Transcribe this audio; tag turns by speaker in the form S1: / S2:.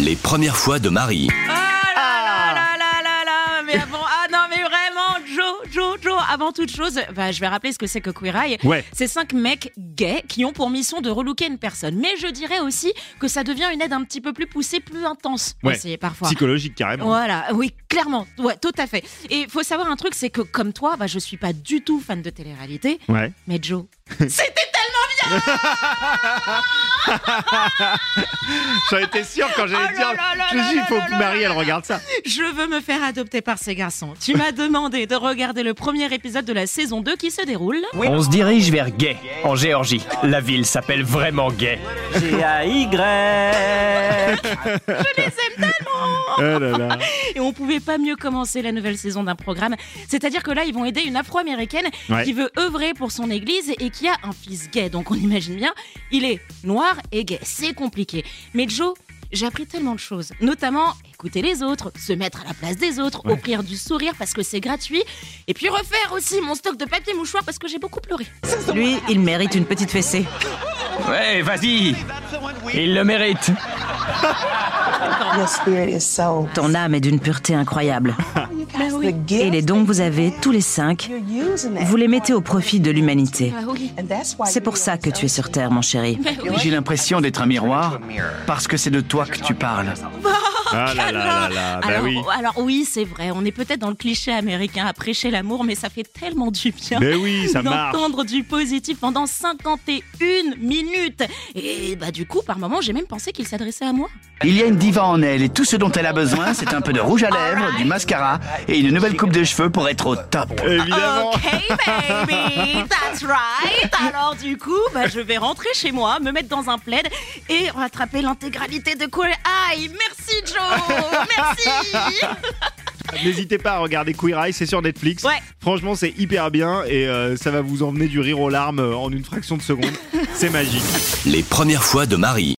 S1: Les premières fois de Marie.
S2: Ah là là là là là là Mais avant, ah non mais vraiment, Joe, Joe, Joe, avant toute chose, bah, je vais rappeler ce que c'est que Queer Eye.
S3: Ouais.
S2: C'est cinq mecs gays qui ont pour mission de relooker une personne. Mais je dirais aussi que ça devient une aide un petit peu plus poussée, plus intense
S3: Ouais.
S2: aussi, parfois.
S3: Psychologique carrément.
S2: Voilà, oui, clairement, ouais, tout à fait. Et faut savoir un truc, c'est que comme toi, bah, je suis pas du tout fan de télé-réalité,
S3: Ouais.
S2: mais Joe, c'était tellement
S3: J'en étais sûr quand j'allais
S2: Oh
S3: te
S2: là
S3: dire.
S2: là là
S3: Je me suis dit,
S2: là
S3: faut
S2: là
S3: que
S2: là
S3: Marie,
S2: là
S3: elle
S2: là.
S3: regarde ça.
S2: Je veux me faire adopter par ces garçons. Tu m'as demandé de regarder le premier épisode de la saison 2 qui se déroule.
S4: On se dirige vers Gay, en Géorgie. La ville s'appelle vraiment Gay. G-A-Y.
S2: Je les aime tellement
S3: Oh là là.
S2: Et on pouvait pas mieux commencer la nouvelle saison d'un programme. C'est-à-dire que là, ils vont aider une afro-américaine
S3: Ouais.
S2: qui veut œuvrer pour son église et qui a un fils gay. Donc on imagine bien, il est noir et gay. C'est compliqué. Mais Joe, j'ai appris tellement de choses, notamment écouter les autres, se mettre à la place des autres, offrir du sourire parce que c'est gratuit, et puis refaire aussi mon stock de papier mouchoir parce que j'ai beaucoup pleuré.
S5: Lui, il mérite une petite fessée.
S4: Ouais, vas-y. Il le mérite.
S6: Your spirit is so.
S5: Ton âme est d'une pureté incroyable.
S6: The
S5: Et les
S6: gift
S5: dons que vous avez, tous les cinq,
S6: you're using
S5: vous
S6: that.
S5: les mettez au profit de l'humanité.
S2: Ah oui.
S6: And that's why
S5: C'est pour ça que tu es sur Terre, mon chéri.
S2: Ben oui.
S7: J'ai l'impression d'être un miroir parce que c'est de toi que tu parles.
S3: Ah là là là là. Bah
S2: alors, oh,
S3: oui.
S2: alors oui, c'est vrai, on est peut-être dans le cliché américain à prêcher l'amour, mais ça fait tellement du bien.
S3: Mais oui, ça marche.
S2: d'entendre du positif pendant 51 minutes. Et bah du coup, par moment, j'ai même pensé qu'il s'adressait à moi.
S7: Il y a une diva en elle et tout ce dont elle a besoin, c'est un peu de rouge à lèvres, du mascara et une nouvelle coupe de cheveux pour être au top.
S3: Évidemment.
S2: Ok, baby, that's right. Alors du coup, bah, je vais rentrer chez moi, me mettre dans un plaid et rattraper l'intégralité de Queer Eye. Merci Joe, merci.
S3: N'hésitez pas à regarder Queer Eye, c'est sur Netflix.
S2: Ouais.
S3: Franchement, c'est hyper bien et euh, ça va vous emmener du rire aux larmes euh, en une fraction de seconde. c'est magique.
S1: Les premières fois de Marie.